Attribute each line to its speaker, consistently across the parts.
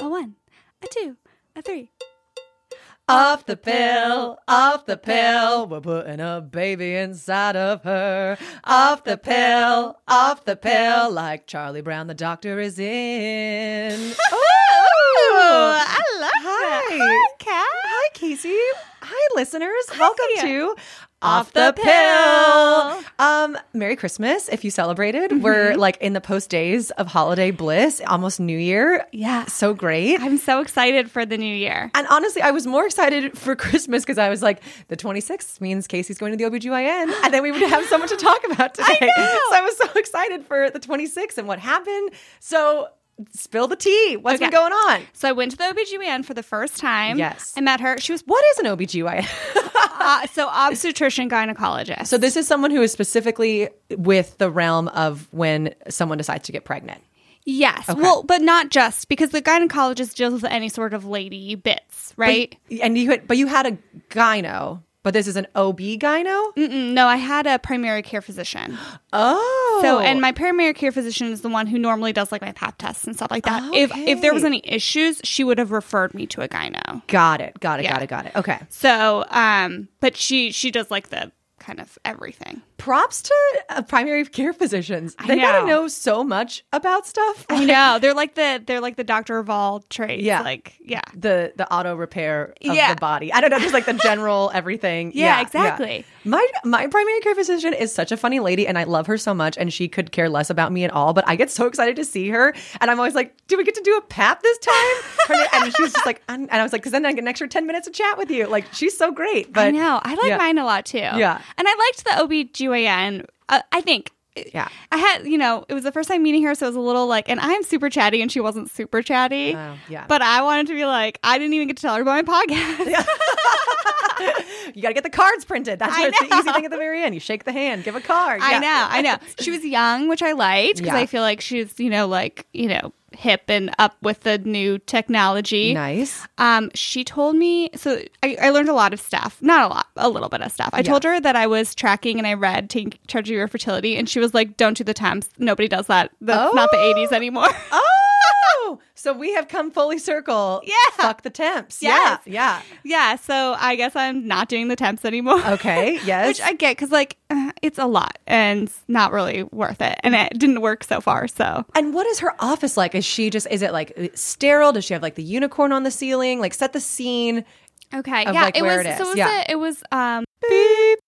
Speaker 1: A one, a two, a three.
Speaker 2: Off the pill, off the pill, we're putting a baby inside of her. Off the pill, off the pill, like Charlie Brown, the doctor is in.
Speaker 1: I love
Speaker 2: Hi.
Speaker 1: that. Hi, Kat.
Speaker 2: Hi, Casey. Hi, listeners. Welcome to
Speaker 1: Off
Speaker 2: Off
Speaker 1: the
Speaker 2: the Pill. Um, Merry Christmas if you celebrated. We're
Speaker 1: Mm-hmm.
Speaker 2: like in the post days of holiday bliss, almost New Year.
Speaker 1: Yeah.
Speaker 2: So great.
Speaker 1: I'm so excited for the new year.
Speaker 2: And honestly, I was more excited for Christmas because I was like, the 26th means Casey's going to the OBGYN. And then we would have someone to talk about today. So I was so excited for the 26th and what happened. So spill the tea. What's been
Speaker 1: Okay.
Speaker 2: going on?
Speaker 1: So I went to the OBGYN for the first time.
Speaker 2: Yes.
Speaker 1: I met her. She was
Speaker 2: What is an OBGYN?
Speaker 1: uh, so obstetrician gynecologist.
Speaker 2: so this is someone who is specifically with the realm of when someone decides to get pregnant.
Speaker 1: yes. Well, but not just because the gynecologist deals with any sort of lady bits, right?
Speaker 2: And you had, but you had a gyno, but this is an OB gyno?
Speaker 1: Mm-mm, Mm, no, I had a primary care physician.
Speaker 2: Oh.
Speaker 1: So, and my primary care physician is the one who normally does like my pap tests and stuff like that. If if there was
Speaker 2: Okay.
Speaker 1: any issues, she would have referred me to a gyno.
Speaker 2: Got it. Got it.
Speaker 1: Yeah.
Speaker 2: Got it. Got it. Okay.
Speaker 1: So, um, but she she does like the kind of everything.
Speaker 2: props to uh, primary care physicians. They gotta
Speaker 1: know.
Speaker 2: know so much about stuff.
Speaker 1: I know they're like the they're like the doctor of all trades.
Speaker 2: Yeah.
Speaker 1: like yeah,
Speaker 2: The the auto repair of
Speaker 1: Yeah.
Speaker 2: the body. I don't know, just like the general everything.
Speaker 1: Yeah, exactly.
Speaker 2: My my primary care physician is such a funny lady, and I love her so much. And she could care less about me at all, but I get so excited to see her, and I'm always like, "Do we get to do a pap this time?" Her na- and she's just like, "I'm-" and I was like, "Cause then I get an extra ten minutes to chat with you." Like she's so great. But
Speaker 1: I know. I like
Speaker 2: yeah.
Speaker 1: mine a lot too.
Speaker 2: Yeah.
Speaker 1: and I liked the OBGYN. Uh, I think.
Speaker 2: Yeah.
Speaker 1: I had, you know, it was the first time meeting her, so it was a little like, and I'm super chatty, and she wasn't super chatty.
Speaker 2: Oh, yeah.
Speaker 1: But I wanted to be like, I didn't even get to tell her about my podcast.
Speaker 2: You gotta get the cards printed. That's
Speaker 1: I
Speaker 2: what, it's the
Speaker 1: know.
Speaker 2: easy thing at the very end. You shake the hand, give a card.
Speaker 1: I
Speaker 2: Yeah.
Speaker 1: know, I know. She was young, which I liked because
Speaker 2: Yeah.
Speaker 1: I feel like she's, you know, like you know, hip and up with the new technology.
Speaker 2: Nice.
Speaker 1: Um, she told me so I, I learned a lot of stuff. Not a lot, a little bit of stuff. I told her that I was tracking and I read Taking Charge of Your Fertility, and she was like, "Don't do the temps. Nobody does that. That's not the
Speaker 2: Oh.
Speaker 1: '80s anymore."
Speaker 2: Oh, so we have come fully circle.
Speaker 1: Yeah.
Speaker 2: Fuck the temps.
Speaker 1: Yes.
Speaker 2: Yeah.
Speaker 1: yeah, so I guess I'm not doing the temps anymore.
Speaker 2: Yeah. Okay. Yes.
Speaker 1: Which I get because like uh, it's a lot and not really worth it, and it didn't work so far. So
Speaker 2: and what is her office like? Is she just, is it like sterile? Does she have like the unicorn on the ceiling? Like set the scene.
Speaker 1: okay,
Speaker 2: Of,
Speaker 1: yeah,
Speaker 2: like,
Speaker 1: it
Speaker 2: where
Speaker 1: was.
Speaker 2: it
Speaker 1: So it
Speaker 2: is.
Speaker 1: was.
Speaker 2: Yeah.
Speaker 1: A, it was. Um,
Speaker 2: Beep.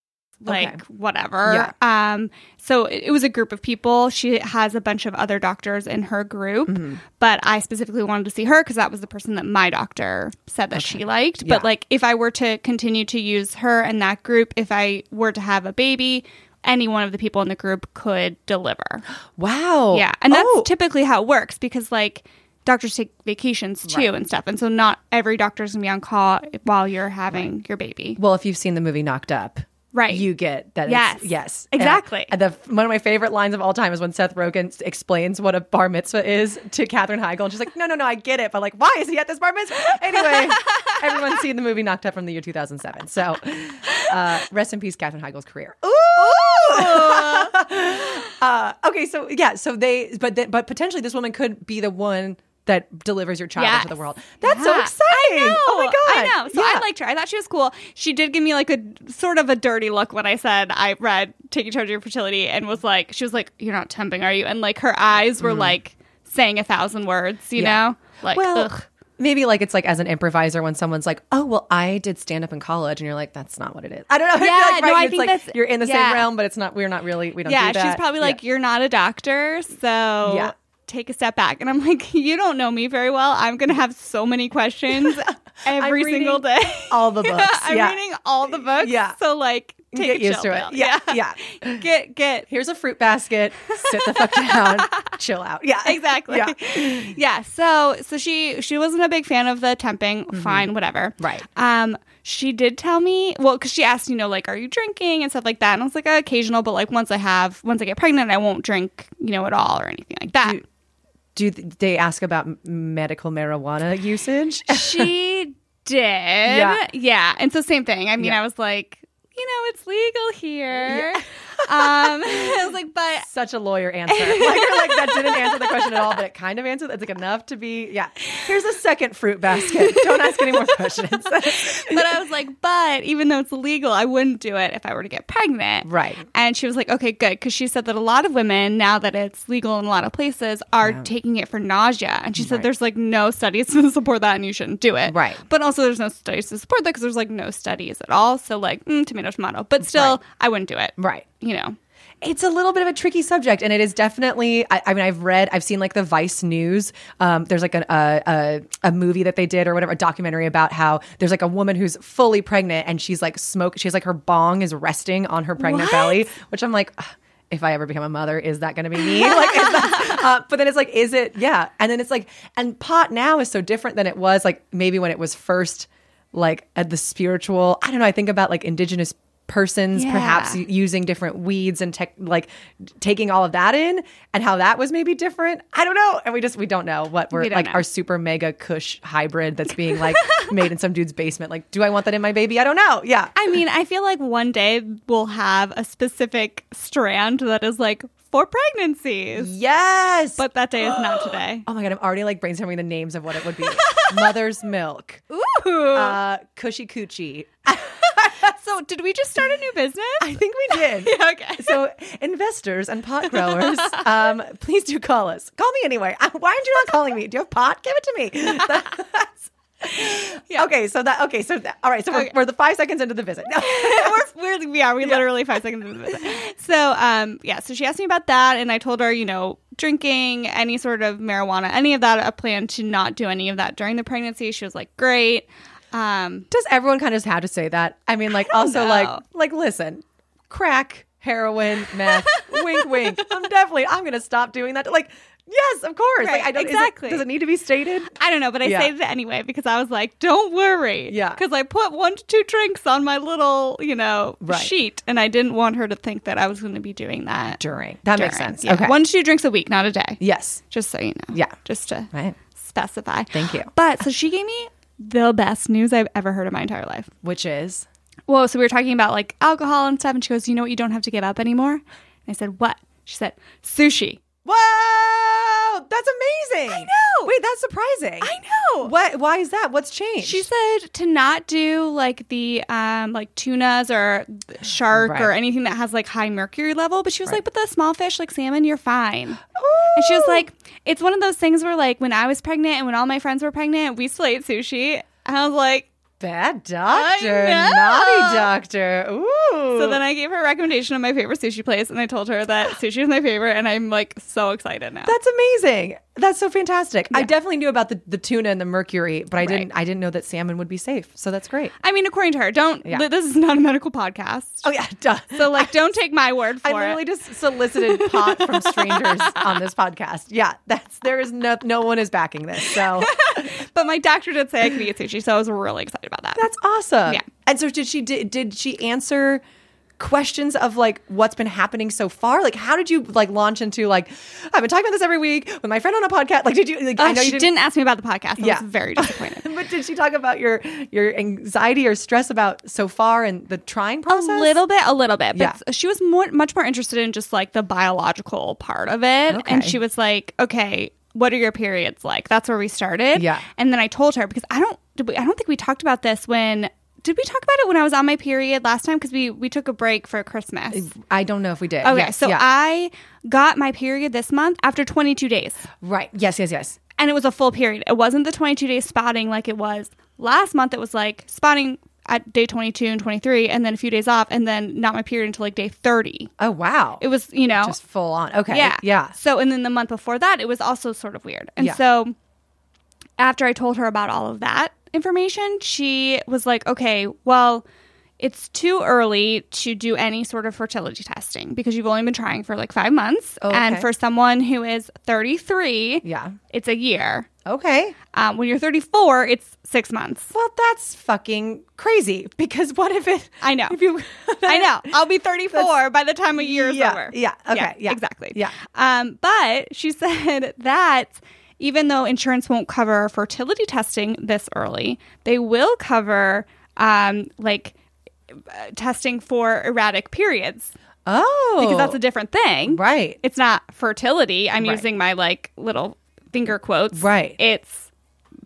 Speaker 1: like
Speaker 2: Okay.
Speaker 1: whatever. Um, so it, it was a group of people. She has a bunch of other doctors in her group,
Speaker 2: Mm-hmm.
Speaker 1: but I specifically wanted to see her because that was the person that my doctor said that she liked.
Speaker 2: Yeah.
Speaker 1: But like, if I were to continue to use her and that group, if I were to have a baby, any one of the people in the group could deliver.
Speaker 2: Wow.
Speaker 1: Yeah, and that's
Speaker 2: Oh.
Speaker 1: typically how it works because like. Doctors take vacations too and stuff. And so, not every doctor's gonna be on call while you're having your baby.
Speaker 2: Well, if you've seen the movie Knocked Up,
Speaker 1: Right.
Speaker 2: you get that.
Speaker 1: Yes.
Speaker 2: It's, yes.
Speaker 1: Exactly.
Speaker 2: And, and the, one of my favorite lines of all time is when Seth Rogen s- explains what a bar mitzvah is to Katherine Heigl, and she's like, "No, no, no, I get it, but like, why is he at this bar mitzvah?" Anyway, everyone's seen the movie Knocked Up from the year 2007. So, uh, rest in peace, Katherine Heigl's career. Ooh. uh, okay, so yeah, so they, but then but potentially this woman could be the one. That delivers your child into the
Speaker 1: Yes.
Speaker 2: world. That's so
Speaker 1: Yeah.
Speaker 2: exciting!
Speaker 1: I know.
Speaker 2: Oh my
Speaker 1: I
Speaker 2: god!
Speaker 1: know. So
Speaker 2: Yeah.
Speaker 1: I liked her. I thought she was cool. She did give me like a sort of a dirty look when I said I read Taking Charge of Your Fertility and was like, she was like, "You're not temping, are you?" And like her eyes were like saying a thousand words. You
Speaker 2: Mm-hmm. Yeah.
Speaker 1: know, like
Speaker 2: well,
Speaker 1: ugh.
Speaker 2: maybe like it's like as an improviser when someone's like, "Oh, well, I did stand up in college," and you're like, "That's not what it is." I don't know.
Speaker 1: Yeah,
Speaker 2: like,
Speaker 1: no, I
Speaker 2: It's
Speaker 1: think
Speaker 2: like
Speaker 1: that's-
Speaker 2: you're in the
Speaker 1: yeah.
Speaker 2: same realm, but it's not. We're not really. We don't.
Speaker 1: yeah.
Speaker 2: do that.
Speaker 1: She's probably
Speaker 2: Yeah.
Speaker 1: like, "You're not a doctor, so
Speaker 2: Yeah.
Speaker 1: take a step back." And I'm like, "You don't know me very well. I'm gonna have so many questions
Speaker 2: I'm
Speaker 1: every
Speaker 2: reading
Speaker 1: single day."
Speaker 2: all the books.
Speaker 1: I'm
Speaker 2: yeah.
Speaker 1: reading all the books.
Speaker 2: Yeah.
Speaker 1: So like, take
Speaker 2: Get
Speaker 1: a
Speaker 2: used
Speaker 1: chill
Speaker 2: to it.
Speaker 1: pill.
Speaker 2: Yeah, yeah.
Speaker 1: Get get
Speaker 2: Here's a fruit basket. Sit the fuck down. chill out. Yeah,
Speaker 1: exactly.
Speaker 2: Yeah.
Speaker 1: Yeah. So so she she wasn't a big fan of the temping. Fine, whatever.
Speaker 2: Mm-hmm. Right.
Speaker 1: Um, she did tell me well because she asked you know like are you drinking and stuff like that and I was like "Uh, occasional but like once I have once I get pregnant I won't drink you know at all or anything like that.
Speaker 2: Do th- they ask about m- medical marijuana usage?
Speaker 1: she did.
Speaker 2: Yeah.
Speaker 1: Yeah. And so same thing. I mean
Speaker 2: Yeah.
Speaker 1: I was like you know it's legal here. Um, I was like, but
Speaker 2: Such a lawyer answer. Like, you're like that didn't answer the question at all, but it kind of answered. It's like enough to be. Yeah. Here's a second fruit basket. Don't ask any more questions.
Speaker 1: but I was like, but even though it's illegal, I wouldn't do it if I were to get pregnant.
Speaker 2: Right.
Speaker 1: And she was like, okay, good. Because she said that a lot of women, now that it's legal in a lot of places, are taking it for nausea. And she said
Speaker 2: Right.
Speaker 1: there's like no studies to support that and you shouldn't do it.
Speaker 2: Right.
Speaker 1: But also, there's no studies to support that because there's like no studies at all. So, like, mm, tomato, tomato. But still,
Speaker 2: Right.
Speaker 1: I wouldn't do it.
Speaker 2: right.
Speaker 1: You know?
Speaker 2: It's a little bit of a tricky subject, and it is definitely. I, I mean, I've read, I've seen like the Vice News. Um, there's like an, a, a a movie that they did or whatever, a documentary about how there's like a woman who's fully pregnant and she's like smoke. She's like her bong is resting on her pregnant
Speaker 1: What?
Speaker 2: belly, which I'm like. "Ugh, If I ever become a mother, is that going to be me? Like, is that, uh, but then it's like, is it? Yeah, and then it's like, and pot now is so different than it was like maybe when it was first, like at the spiritual. I don't know. I think about like indigenous persons, perhaps
Speaker 1: Yeah.
Speaker 2: using different weeds and tech, like taking all of that in and how that was maybe different. I don't know. And we just, we don't know what we're
Speaker 1: We don't
Speaker 2: like
Speaker 1: know.
Speaker 2: our super mega cush hybrid that's being like made in some dude's basement. Like, do I want that in my baby? I don't know. Yeah.
Speaker 1: I mean, I feel like one day we'll have a specific strand that is like for pregnancies.
Speaker 2: Yes.
Speaker 1: But that day is not today.
Speaker 2: oh my God, I'm already like brainstorming the names of what it would be. Mother's milk,
Speaker 1: Ooh.
Speaker 2: uh, cushy coochie.
Speaker 1: so, did we just start a new business?
Speaker 2: I think we did.
Speaker 1: Yeah, okay.
Speaker 2: So, investors and pot growers, um, please do call us. Call me anyway. Uh, Why aren't you not calling me? Do you have pot? Give it to me.
Speaker 1: Yeah.
Speaker 2: Okay, so that okay, so that, all right, so we're,
Speaker 1: Okay.
Speaker 2: we're the five seconds into the visit. No.
Speaker 1: we're, we're, we are. We literally five seconds into this. So, um, yeah. So she asked me about that, and I told her, you know, drinking any sort of marijuana, any of that, a plan to not do any of that during the pregnancy. She was like, great. Um,
Speaker 2: Does everyone kind of just have to say that? I mean, like also
Speaker 1: know.
Speaker 2: like like listen, crack, heroin, meth, wink, wink. I'm definitely I'm gonna stop doing that. Like yes, of course. Like
Speaker 1: Right,
Speaker 2: I don't is it-
Speaker 1: exactly.
Speaker 2: does it need to be stated?
Speaker 1: I don't know, but I
Speaker 2: Yeah.
Speaker 1: said it anyway because I was like, don't worry.
Speaker 2: Yeah.
Speaker 1: Because I put one to two drinks on my little, you know,
Speaker 2: Right.
Speaker 1: sheet, and I didn't want her to think that I was going to be doing that.
Speaker 2: During that makes
Speaker 1: during.
Speaker 2: sense.
Speaker 1: Yeah.
Speaker 2: Okay.
Speaker 1: One to two drinks a week, not a day.
Speaker 2: yes.
Speaker 1: Just so you know.
Speaker 2: Yeah.
Speaker 1: Just to
Speaker 2: Right.
Speaker 1: specify.
Speaker 2: Thank you.
Speaker 1: But so she gave me the best news I've ever heard in my entire life.
Speaker 2: Which is
Speaker 1: Whoa, so we were talking about like alcohol and stuff, and she goes, You know what you don't have to give up anymore? And I said, What? She said, Sushi.
Speaker 2: Wow, that's amazing. I
Speaker 1: know.
Speaker 2: Wait, that's surprising.
Speaker 1: I know.
Speaker 2: What why is that? What's changed?
Speaker 1: She said to not do like the um like tunas or th- shark or
Speaker 2: Right.
Speaker 1: anything that has like high mercury level, but she was like, But the small fish like salmon, you're fine.
Speaker 2: Ooh.
Speaker 1: And she was like, It's one of those things where like when I was pregnant and when all my friends were pregnant, we still ate sushi. And I was like,
Speaker 2: Bad doctor,
Speaker 1: know.
Speaker 2: naughty doctor. Ooh.
Speaker 1: So then I gave her a recommendation of my favorite sushi place, and I told her that sushi is my favorite, and I'm like so excited now.
Speaker 2: that's amazing. That's so fantastic. I definitely knew about the, the tuna and the mercury, but I didn't. I didn't know that salmon would be safe. So that's great.
Speaker 1: I mean, according to her, don't.
Speaker 2: Yeah.
Speaker 1: th- This is not a medical podcast,
Speaker 2: Oh yeah, duh.
Speaker 1: so like, don't take my word for
Speaker 2: I literally
Speaker 1: it.
Speaker 2: just solicited pot from strangers on this podcast. Yeah, that's there is no no one is backing this. So
Speaker 1: But my doctor did say I could eat sushi, so I was really excited about that.
Speaker 2: that's awesome.
Speaker 1: Yeah.
Speaker 2: And so did she did, did she answer questions of like what's been happening so far? Like how did you like launch into like I've been talking about this every week with my friend on a podcast. Like did you like
Speaker 1: Uh,
Speaker 2: I know
Speaker 1: she
Speaker 2: you
Speaker 1: didn't, ask me about the podcast. I
Speaker 2: Yeah.
Speaker 1: was very disappointed.
Speaker 2: But did she talk about your your anxiety or stress about so far and the trying
Speaker 1: A
Speaker 2: process?
Speaker 1: little bit, a little bit, but
Speaker 2: Yeah.
Speaker 1: s- she was more, much more interested in just like the biological part of it, and
Speaker 2: Okay.
Speaker 1: she was like, "Okay, what are your periods like?" That's where we started.
Speaker 2: Yeah.
Speaker 1: and then I told her because I don't, did we, I don't think we talked about this when did we talk about it when I was on my period last time because we we took a break for Christmas.
Speaker 2: I don't know if we did.
Speaker 1: Okay,
Speaker 2: Yes,
Speaker 1: so
Speaker 2: yeah.
Speaker 1: I got my period this month after 22 days,
Speaker 2: right. Yes, yes, yes.
Speaker 1: and it was a full period. It wasn't the 22 day spotting like it was last month. It was like spotting at day 22 and 23, and then a few days off, and then not my period until like day 30.
Speaker 2: Oh wow.
Speaker 1: It was, you know,
Speaker 2: just full on. Okay.
Speaker 1: yeah.
Speaker 2: Yeah.
Speaker 1: So, and then the month before that, it was also sort of weird. And
Speaker 2: Yeah.
Speaker 1: so, after I told her about all of that information, she was like, okay, well, it's too early to do any sort of fertility testing because you've only been trying for like five months.
Speaker 2: Oh,
Speaker 1: And
Speaker 2: okay.
Speaker 1: for someone who is 33,
Speaker 2: Yeah.
Speaker 1: it's a year.
Speaker 2: Okay.
Speaker 1: Um, when you're 34, it's six months.
Speaker 2: Well, that's fucking crazy because what if it
Speaker 1: I know.
Speaker 2: If you
Speaker 1: I know. I'll be 34 by the time a year is
Speaker 2: Yeah,
Speaker 1: over.
Speaker 2: yeah, okay, yeah,
Speaker 1: Exactly.
Speaker 2: yeah.
Speaker 1: Um, but she said that even though insurance won't cover fertility testing this early, they will cover um, like uh, testing for erratic periods.
Speaker 2: Oh,
Speaker 1: because that's a different thing.
Speaker 2: right.
Speaker 1: It's not fertility. I'm
Speaker 2: Right.
Speaker 1: using my like little finger quotes.
Speaker 2: Right.
Speaker 1: It's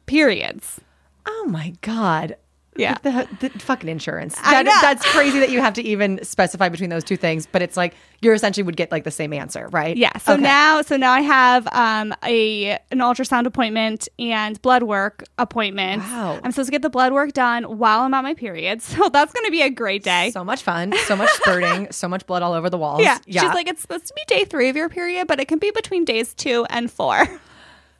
Speaker 1: periods.
Speaker 2: Oh my god.
Speaker 1: Yeah.
Speaker 2: The, the fucking insurance.
Speaker 1: I
Speaker 2: That,
Speaker 1: know.
Speaker 2: that's crazy that you have to even specify between those two things, but it's like you're essentially would get like the same answer, right?
Speaker 1: Yeah. So
Speaker 2: Okay.
Speaker 1: now, so now I have um, a an ultrasound appointment and blood work appointment.
Speaker 2: Wow.
Speaker 1: I'm supposed to get the blood work done while I'm on my period, so that's going to be a great day.
Speaker 2: So much fun, so much spurting, so much blood all over the walls.
Speaker 1: yeah. She's like, it's supposed to be day three of your period, but it can be between days two and four.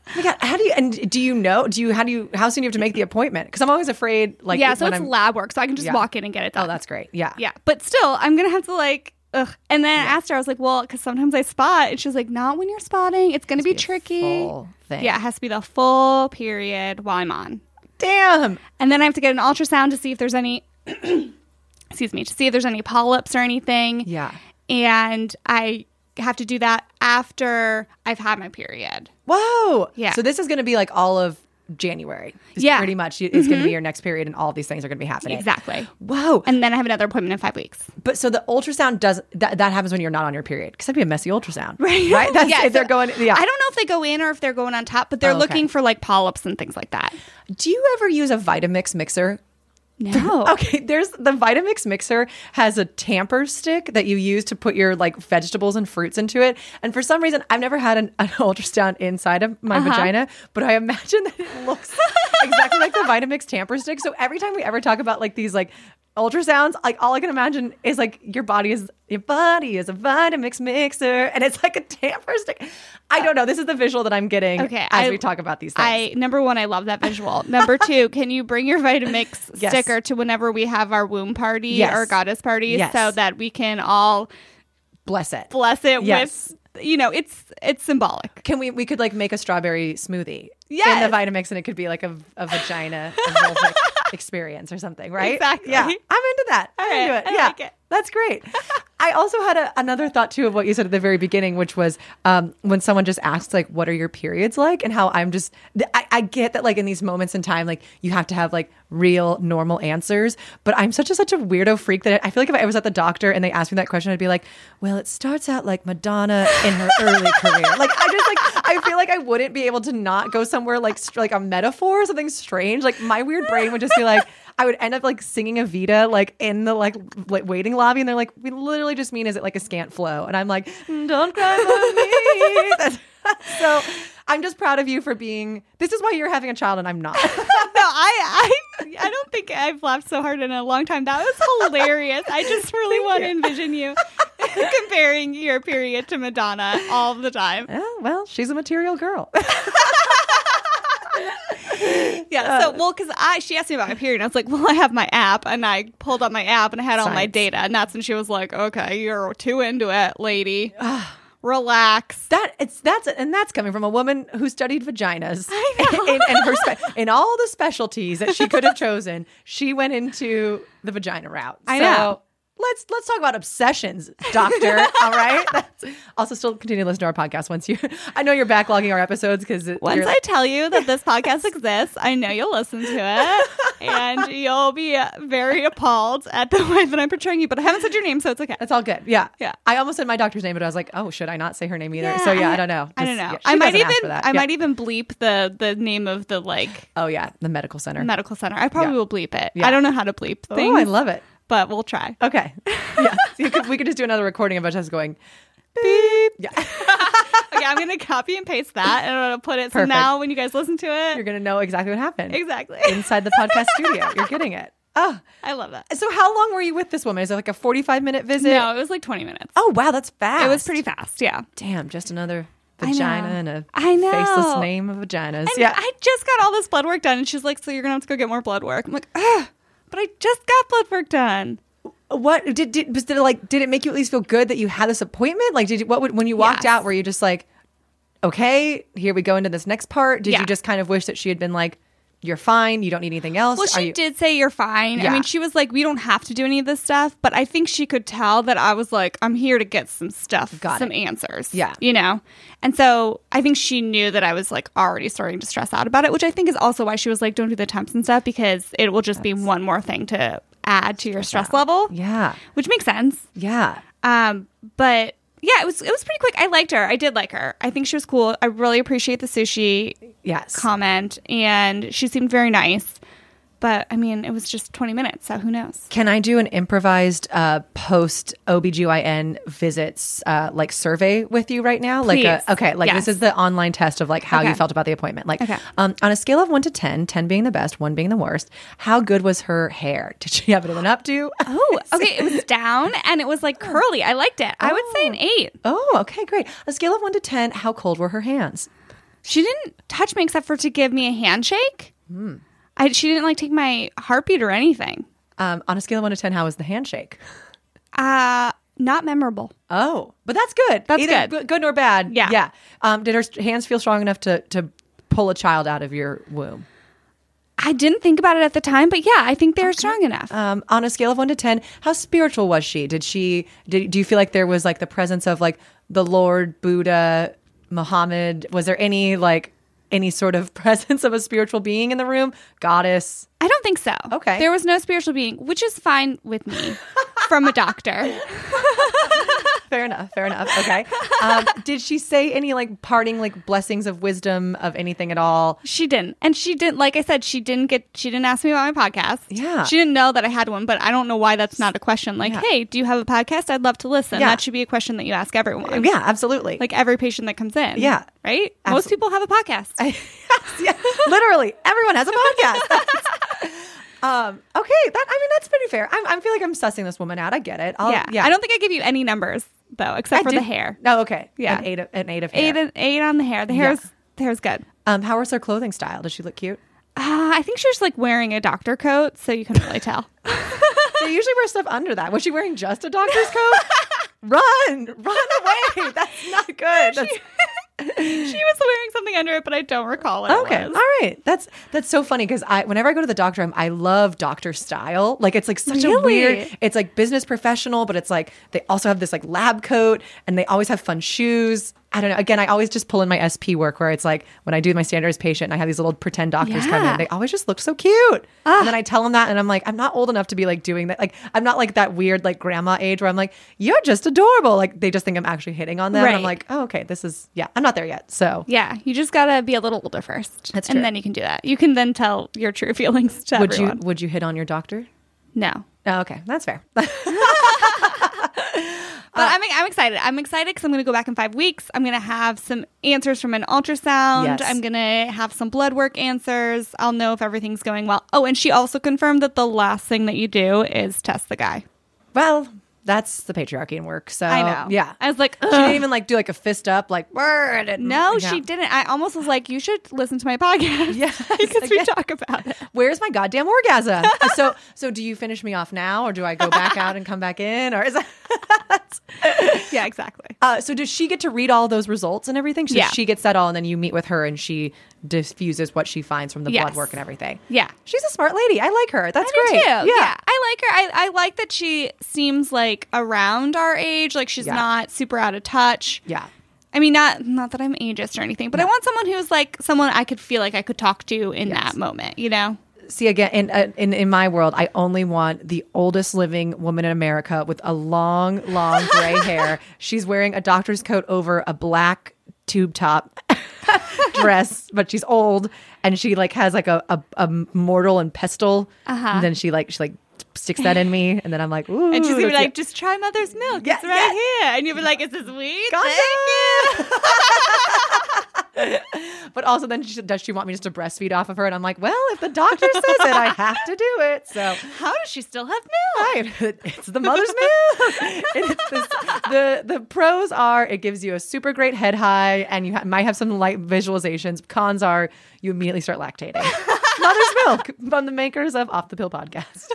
Speaker 2: oh my god, how do you? And do you know? Do you? How do you? How soon do you have to make the appointment? Because I'm always afraid, like,
Speaker 1: yeah. So
Speaker 2: when
Speaker 1: it's
Speaker 2: I'm-
Speaker 1: lab work, so I can just
Speaker 2: Yeah.
Speaker 1: walk in and get it done.
Speaker 2: oh, that's great. Yeah,
Speaker 1: yeah. But still, I'm gonna have to like. Ugh. And then I asked her, I was like, well, because sometimes I spot, and she's like, not when you're spotting. It's going to be
Speaker 2: be a
Speaker 1: tricky.
Speaker 2: full thing.
Speaker 1: Yeah, it has to be the full period while I'm on.
Speaker 2: Damn.
Speaker 1: And then I have to get an ultrasound to see if there's any, excuse me, to see if there's any polyps or anything.
Speaker 2: Yeah.
Speaker 1: And I have to do that after I've had my period.
Speaker 2: Whoa.
Speaker 1: Yeah.
Speaker 2: So this is going to be like all of January. It's
Speaker 1: Yeah. Mm-hmm.
Speaker 2: Pretty much, it's going to be your next period, and all these things are going to be happening.
Speaker 1: Exactly.
Speaker 2: Whoa.
Speaker 1: And then I have another appointment in five weeks.
Speaker 2: But so the ultrasound does that, that happens when you're not on your period because that'd be a messy ultrasound,
Speaker 1: Right.
Speaker 2: Right? That's
Speaker 1: Yeah,
Speaker 2: if they're
Speaker 1: so
Speaker 2: going. Yeah.
Speaker 1: I don't know if they go in or if they're going on top, but they're
Speaker 2: Oh, okay.
Speaker 1: looking for like polyps and things like that.
Speaker 2: Do you ever use a Vitamix mixer?
Speaker 1: No.
Speaker 2: Okay, there's the Vitamix mixer has a tamper stick that you use to put your like vegetables and fruits into it. And for some reason, I've never had an, an ultrasound inside of my
Speaker 1: Uh-huh.
Speaker 2: vagina, but I imagine that it looks exactly like the Vitamix tamper stick. So every time we ever talk about like these like ultrasounds, like all I can imagine is like your body is your body is a Vitamix mixer, and it's like a tamper stick. I don't know. This is the visual that I'm getting
Speaker 1: Okay,
Speaker 2: as
Speaker 1: I-
Speaker 2: we talk about these things.
Speaker 1: I number one, I love that visual. number two, can you bring your Vitamix
Speaker 2: Yes.
Speaker 1: sticker to whenever we have our womb party
Speaker 2: Yes.
Speaker 1: or goddess party,
Speaker 2: Yes.
Speaker 1: so that we can all
Speaker 2: Bless it.
Speaker 1: bless it
Speaker 2: Yes.
Speaker 1: with you know it's it's symbolic
Speaker 2: Can we we could like make a strawberry smoothie
Speaker 1: Yes.
Speaker 2: in the Vitamix and it could be like a, a vagina involved, experience or something, right?
Speaker 1: Exactly.
Speaker 2: Yeah. I'm into that. I'm
Speaker 1: right.
Speaker 2: into it.
Speaker 1: I
Speaker 2: yeah.
Speaker 1: like it.
Speaker 2: That's great. I also had a, another thought too of what you said at the very beginning, which was um, when someone just asks like, "What are your periods like?" and how I'm just th- I, I get that like in these moments in time, like you have to have like real normal answers. But I'm such a such a weirdo freak that I feel like if I was at the doctor and they asked me that question, I'd be like, "Well, it starts out like Madonna in her early career." Like I just like I feel like I wouldn't be able to not go somewhere like str- like a metaphor or something strange. Like my weird brain would just be like. I would end up like singing Evita like in the like like waiting lobby, and they're like, "We literally just mean is it like a scant flow?" And I'm like, "Don't cry for me." That's- so I'm just proud of you for being. This is why you're having a child, and I'm not.
Speaker 1: no i i i don't think i've laughed so hard in a long time that was hilarious i just really want to envision you comparing your period to madonna all the time
Speaker 2: oh, well, she's a material girl.
Speaker 1: yeah so well because i she asked me about my period and i was like well i have my app and i pulled up my app and i had all my
Speaker 2: Science.
Speaker 1: data and that's when she was like okay you're too into it lady relax
Speaker 2: That it's that's and that's coming from a woman who studied vaginas
Speaker 1: I know.
Speaker 2: in, in her spe- in all the specialties that she could have chosen. She went into the vagina route.
Speaker 1: I know.
Speaker 2: Let's let's talk about obsessions, doctor. all right. That's, also, still continue to listen to our podcast once you. I know you're backlogging our episodes because
Speaker 1: Once I tell you that this podcast exists, I know you'll listen to it and you'll be uh, very appalled at the way that I'm portraying you, but I haven't said your name, so it's okay.
Speaker 2: That's all good. Yeah.
Speaker 1: Yeah.
Speaker 2: I almost said my doctor's name, but I was like, oh, should I not say her name either? so yeah, I, don't know.
Speaker 1: I don't
Speaker 2: Just-
Speaker 1: know.
Speaker 2: yeah, she
Speaker 1: I might
Speaker 2: doesn't ask
Speaker 1: even
Speaker 2: for that.
Speaker 1: I
Speaker 2: Yeah.
Speaker 1: might e even bleep the the name of the like
Speaker 2: Oh yeah, the medical center.
Speaker 1: medical center. I probably
Speaker 2: Yeah.
Speaker 1: will bleep it.
Speaker 2: Yeah.
Speaker 1: I don't know how to bleep
Speaker 2: oh,
Speaker 1: things,
Speaker 2: I love it.
Speaker 1: but we'll try.
Speaker 2: Okay. Yeah. So you could, we could just do another recording of us just going beep. Yeah.
Speaker 1: okay, I'm gonna copy and paste that and I'm gonna put it
Speaker 2: Perfect.
Speaker 1: so now when you guys listen to it,
Speaker 2: You're gonna know exactly what happened
Speaker 1: exactly.
Speaker 2: inside the podcast studio. You're getting it. Oh.
Speaker 1: I love that.
Speaker 2: So how long were you with this woman? Is it like a 45 minute visit?
Speaker 1: No, it was like 20 minutes.
Speaker 2: Oh wow, that's fast.
Speaker 1: It was pretty fast. Yeah.
Speaker 2: Damn, just another
Speaker 1: know.
Speaker 2: vagina and a
Speaker 1: I know.
Speaker 2: faceless name of vaginas.
Speaker 1: And
Speaker 2: yeah.
Speaker 1: I just got all this blood work done. And she's like, So you're going to have to go get more blood work. I'm like, Ugh, But I just got blood work done.
Speaker 2: what did did was did it like did it make you at least feel good that you had this appointment? Like did you what would when you walked
Speaker 1: Yes.
Speaker 2: out were you just like okay, here we go into this next part? Did
Speaker 1: Yeah.
Speaker 2: you just kind of wish that she had been like you're fine, you don't need anything else?
Speaker 1: Well,
Speaker 2: Are
Speaker 1: she
Speaker 2: you-
Speaker 1: did say you're fine.
Speaker 2: Yeah.
Speaker 1: I mean, she was like, We don't have to do any of this stuff. But I think she could tell that I was like, I'm here to get some stuff,
Speaker 2: Got
Speaker 1: some
Speaker 2: it.
Speaker 1: answers.
Speaker 2: Yeah.
Speaker 1: You know? And so I think she knew that I was like already starting to stress out about it, which I think is also why she was like, Don't do the temps and stuff because it will just be one more thing to add to your stress level,
Speaker 2: Yeah.
Speaker 1: which makes sense.
Speaker 2: Yeah.
Speaker 1: Um, but yeah, it was it was pretty quick. I liked her. I did like her. I think she was cool. I really appreciate the sushi
Speaker 2: Yes.
Speaker 1: comment, and she seemed very nice. But I mean, it was just twenty minutes, so who knows?
Speaker 2: Can I do an improvised uh, post OBGYN visits uh, like survey with you right now? Like
Speaker 1: Please.
Speaker 2: a, okay, like
Speaker 1: Yes.
Speaker 2: this is the online test of like how
Speaker 1: Okay.
Speaker 2: you felt about the appointment. Like
Speaker 1: Okay.
Speaker 2: um, on a scale of 1 to 10, 10 being the best, 1 being the worst, how good was her hair? Did she have it in an updo?
Speaker 1: Oh, okay. It was down and it was like curly. I liked it. I would say an eight.
Speaker 2: oh, okay, great. A scale of 1 to 10, how cold were her hands?
Speaker 1: She didn't touch me except for to give me a handshake.
Speaker 2: Hmm.
Speaker 1: I, she didn't like take my heartbeat or anything.
Speaker 2: Um, on a scale of 1 to 10, how was the handshake?
Speaker 1: Uh, not memorable.
Speaker 2: Oh, but that's good.
Speaker 1: That's
Speaker 2: Either
Speaker 1: good.
Speaker 2: g- Good nor bad.
Speaker 1: Yeah.
Speaker 2: Yeah. Um, did her st- hands feel strong enough to, to pull a child out of your womb?
Speaker 1: I didn't think about it at the time, but yeah, I think they're strong enough.
Speaker 2: um, on a scale of one to ten, how spiritual was she? Did she? Did, do you feel like there was like the presence of like the Lord, Buddha, Muhammad? Was there any like any sort of presence of a spiritual being in the room? Goddess?
Speaker 1: I don't think so.
Speaker 2: Okay.
Speaker 1: There was no spiritual being, which is fine with me from a doctor.
Speaker 2: Fair enough. Fair enough. Okay. Um, did she say any like parting like blessings of wisdom of anything at all?
Speaker 1: She didn't. And she didn't, like I said, she didn't get, she didn't ask me about my podcast.
Speaker 2: Yeah.
Speaker 1: She didn't know that I had one, but I don't know why that's not a question. Like,
Speaker 2: Yeah.
Speaker 1: hey, do you have a podcast? I'd love to listen.
Speaker 2: Yeah.
Speaker 1: That should be a question that you ask everyone.
Speaker 2: Yeah, absolutely.
Speaker 1: Like every patient that comes in.
Speaker 2: Yeah.
Speaker 1: Right? Most
Speaker 2: Absol-
Speaker 1: people have a podcast.
Speaker 2: yeah, literally everyone has a podcast. um, okay, that I mean that's pretty fair. I'm, I feel like I'm sussing this woman out. I get it. I'll,
Speaker 1: yeah. I don't think I give you any numbers though, except for the
Speaker 2: did-
Speaker 1: hair.
Speaker 2: No, Oh, okay.
Speaker 1: Yeah.
Speaker 2: An eight of, an eight of hair.
Speaker 1: Eight and eight on the hair. The hair's the hair's good.
Speaker 2: um, how was her clothing style? Does she look cute?
Speaker 1: Uh, I think she was like wearing a doctor coat, so you couldn't really tell.
Speaker 2: they usually wear stuff under that. Was she wearing just a doctor's coat? run, run away. That's not good. That's,
Speaker 1: she was wearing something under it, but I don't recall what it
Speaker 2: okay. All
Speaker 1: was.
Speaker 2: right. That's that's so funny because I whenever I go to the doctor, I'm, I love doctor style. Like it's like such a
Speaker 1: Really?
Speaker 2: weird. It's like business professional, but it's like they also have this like lab coat, and they always have fun shoes. I don't know. Again, I always just pull in my SP work where it's like when I do my standards patient, I have these little pretend doctors come
Speaker 1: Yeah. Ah.
Speaker 2: in. They always just look so cute, and then I tell them that, and I'm like, I'm not old enough to be like doing that. Like I'm not like that weird like grandma age where I'm like, you're just adorable. Like they just think I'm actually hitting on them. And I'm
Speaker 1: Right.
Speaker 2: like, oh okay, this is yeah, I'm not there yet. So
Speaker 1: Yeah, you just gotta be a little older first,
Speaker 2: That's
Speaker 1: and
Speaker 2: true.
Speaker 1: then you can do that. You can then tell your true feelings to
Speaker 2: would
Speaker 1: everyone.
Speaker 2: you would you hit on your doctor?
Speaker 1: No,
Speaker 2: Oh, okay, that's fair.
Speaker 1: but
Speaker 2: Uh,
Speaker 1: I'm I'm excited. I'm excited because I'm gonna go back in five weeks. I'm gonna have some answers from an ultrasound.
Speaker 2: Yes.
Speaker 1: I'm gonna have some blood work answers. I'll know if everything's going well. Oh, and she also confirmed that the last thing that you do is test the guy.
Speaker 2: well, that's the patriarchy in work. So
Speaker 1: I know.
Speaker 2: Oh, Yeah,
Speaker 1: I was like,
Speaker 2: she didn't
Speaker 1: "Ugh."
Speaker 2: even like do like a fist up, like word. And,
Speaker 1: no,
Speaker 2: yeah.
Speaker 1: she didn't. I almost was like, you should listen to my podcast.
Speaker 2: Yes,
Speaker 1: because we
Speaker 2: yes.
Speaker 1: talk about it.
Speaker 2: Where's my goddamn orgasm? so, so do you finish me off now, or do I go back out and come back in, or is that?
Speaker 1: Yeah, exactly.
Speaker 2: Uh, so does she get to read all those results and everything? So
Speaker 1: Yeah.
Speaker 2: she gets that all, and then you meet with her, and she diffuses what she finds from the
Speaker 1: Yes.
Speaker 2: blood work and everything.
Speaker 1: Yeah.
Speaker 2: She's a smart lady. I like her. That's
Speaker 1: I do
Speaker 2: great.
Speaker 1: too. Yeah. I like her. I, I like that she seems like around our age. Like she's
Speaker 2: Yeah.
Speaker 1: not super out of touch.
Speaker 2: yeah.
Speaker 1: I mean, not not that I'm ageist or anything, but I want someone who's like someone I could feel like I could talk to in that moment. You know?
Speaker 2: see again in, uh, in in my world i only want the oldest living woman in america with a long long gray hair she's wearing a doctor's coat over a black tube top dress but she's old and she like has like a a, a mortal and pestle and then she like she like sticks that in me and then i'm like ooh
Speaker 1: Uh-huh. And she's gonna be
Speaker 2: that's
Speaker 1: like, "Just try mother's milk.
Speaker 2: Yeah,
Speaker 1: it's right here." And you'll be like, "Is this weed?"
Speaker 2: Gotcha.
Speaker 1: Thank you.
Speaker 2: it." but also then she, does she want me just to breastfeed off of her and i'm like well if the doctor says it i have to do it so
Speaker 1: How does she still have milk?
Speaker 2: Right. It's the mother's milk. It's this- the the pros are it gives you a super great head high, and you ha- might have some light visualizations. Cons are you immediately start lactating. mother's milk from the makers of Off the Pill podcast.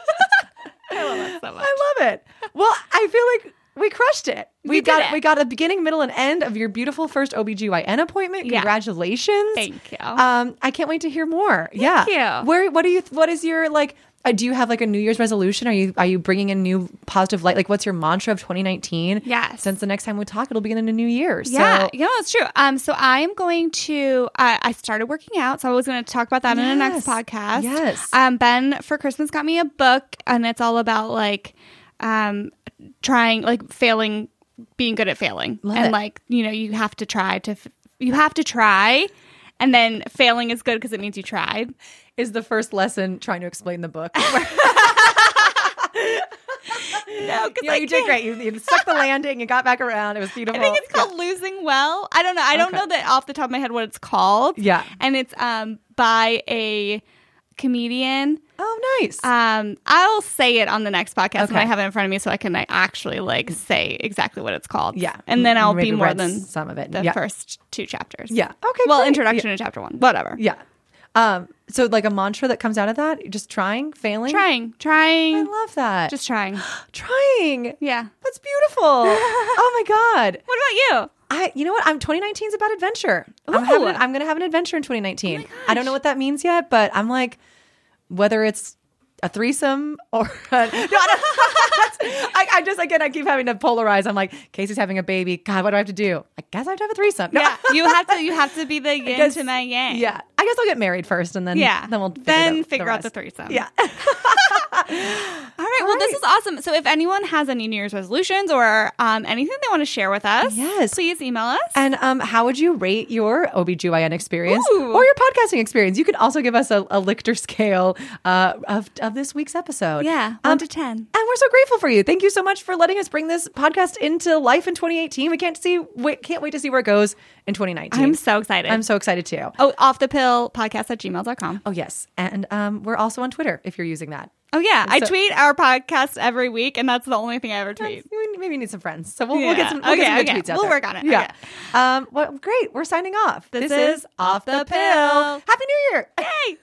Speaker 1: I love that so much.
Speaker 2: I love it. Well, I feel like. We crushed it. We,
Speaker 1: did
Speaker 2: got
Speaker 1: it.
Speaker 2: we got a beginning, middle, and end of your beautiful first OBGYN appointment.
Speaker 1: Yeah.
Speaker 2: Congratulations.
Speaker 1: Thank you.
Speaker 2: Um, I can't wait to hear more. yeah.
Speaker 1: you.
Speaker 2: Where what do you what is your like uh, do you have like a new year's resolution? Are you are you bringing in new positive light? Like what's your mantra of 2019?
Speaker 1: Yes.
Speaker 2: Since the next time we talk it'll be in the new year. So
Speaker 1: Yeah, you know it's true. Um, so I'm going to. I I started working out, so I was going to talk about that in the next
Speaker 2: Yes.
Speaker 1: podcast.
Speaker 2: Yes.
Speaker 1: Um, Ben for Christmas got me a book, and it's all about like, um, trying, like failing, being good at failing,
Speaker 2: Love
Speaker 1: and
Speaker 2: it.
Speaker 1: like you know, you have to try to, f- you have to try, and then failing is good because it means you tried.
Speaker 2: Is the first lesson trying to explain the book?
Speaker 1: No, because
Speaker 2: yeah, you did great. You, you stuck the landing. You got back around. It was beautiful.
Speaker 1: I think it's called Losing Well. I don't know. I don't
Speaker 2: Okay.
Speaker 1: know that off the top of my head what it's called.
Speaker 2: Yeah.
Speaker 1: and it's um by a comedian.
Speaker 2: Oh, nice.
Speaker 1: Um, I'll say it on the next podcast when I
Speaker 2: Okay.
Speaker 1: have it in front of me, so I can like, actually like say exactly what it's called.
Speaker 2: yeah,
Speaker 1: and then I'll
Speaker 2: Maybe
Speaker 1: be more
Speaker 2: read
Speaker 1: than
Speaker 2: some of it.
Speaker 1: the
Speaker 2: yeah.
Speaker 1: first two chapters.
Speaker 2: Yeah. Okay.
Speaker 1: well,
Speaker 2: great.
Speaker 1: introduction to chapter one, whatever.
Speaker 2: Yeah. yeah. Um. So like a mantra that comes out of that, just trying, failing.
Speaker 1: Trying,
Speaker 2: I
Speaker 1: trying,
Speaker 2: love that.
Speaker 1: just trying.
Speaker 2: trying.
Speaker 1: Yeah.
Speaker 2: That's beautiful. oh my god.
Speaker 1: What about you?
Speaker 2: I you know what? I'm 2019 is about adventure.
Speaker 1: Ooh. Oh
Speaker 2: I'm, having, I'm gonna have an adventure in 2019. I don't know what that means yet, but I'm like, whether it's a threesome or no, I, don't- that's- I, I just again I keep having to polarize. I'm like, Casey's having a baby. God, what do I have to do? I guess I have to have a threesome. No.
Speaker 1: Yeah, you have to. You have to be the yin
Speaker 2: guess-
Speaker 1: to my yang.
Speaker 2: Yeah, I guess I'll get married first, and then
Speaker 1: Yeah.
Speaker 2: then we'll figure
Speaker 1: Then
Speaker 2: the- the
Speaker 1: figure out the
Speaker 2: rest.
Speaker 1: threesome.
Speaker 2: Yeah,
Speaker 1: All right. well, this is awesome. So, if anyone has any New Year's resolutions or um, anything they want to share with us,
Speaker 2: Yes.
Speaker 1: please email us.
Speaker 2: And um, how would you rate your OBGYN experience
Speaker 1: Ooh.
Speaker 2: or your podcasting experience? You could also give us a, a Lichter scale uh, of, of this week's episode.
Speaker 1: yeah, one
Speaker 2: Um,
Speaker 1: to ten.
Speaker 2: and we're so grateful for you. Thank you so much for letting us bring this podcast into life in 2018. We can't see, we can't wait to see where it goes in 2019.
Speaker 1: I'm so excited.
Speaker 2: I'm so excited too.
Speaker 1: oh, off the pill podcast at gmail.com.
Speaker 2: Oh yes, and um, we're also on Twitter if you're using that.
Speaker 1: Oh, yeah. I
Speaker 2: So-
Speaker 1: tweet our podcast every week, and that's the only thing I ever tweet.
Speaker 2: We maybe need some friends, so we'll, we'll
Speaker 1: Yeah.
Speaker 2: get some. We'll
Speaker 1: Okay,
Speaker 2: get some good
Speaker 1: okay.
Speaker 2: tweets out
Speaker 1: We'll
Speaker 2: there.
Speaker 1: work on it.
Speaker 2: Yeah. Um, well, great. We're signing off.
Speaker 1: This is
Speaker 2: off
Speaker 1: Off the Pill.
Speaker 2: Happy New Year.
Speaker 1: Hey.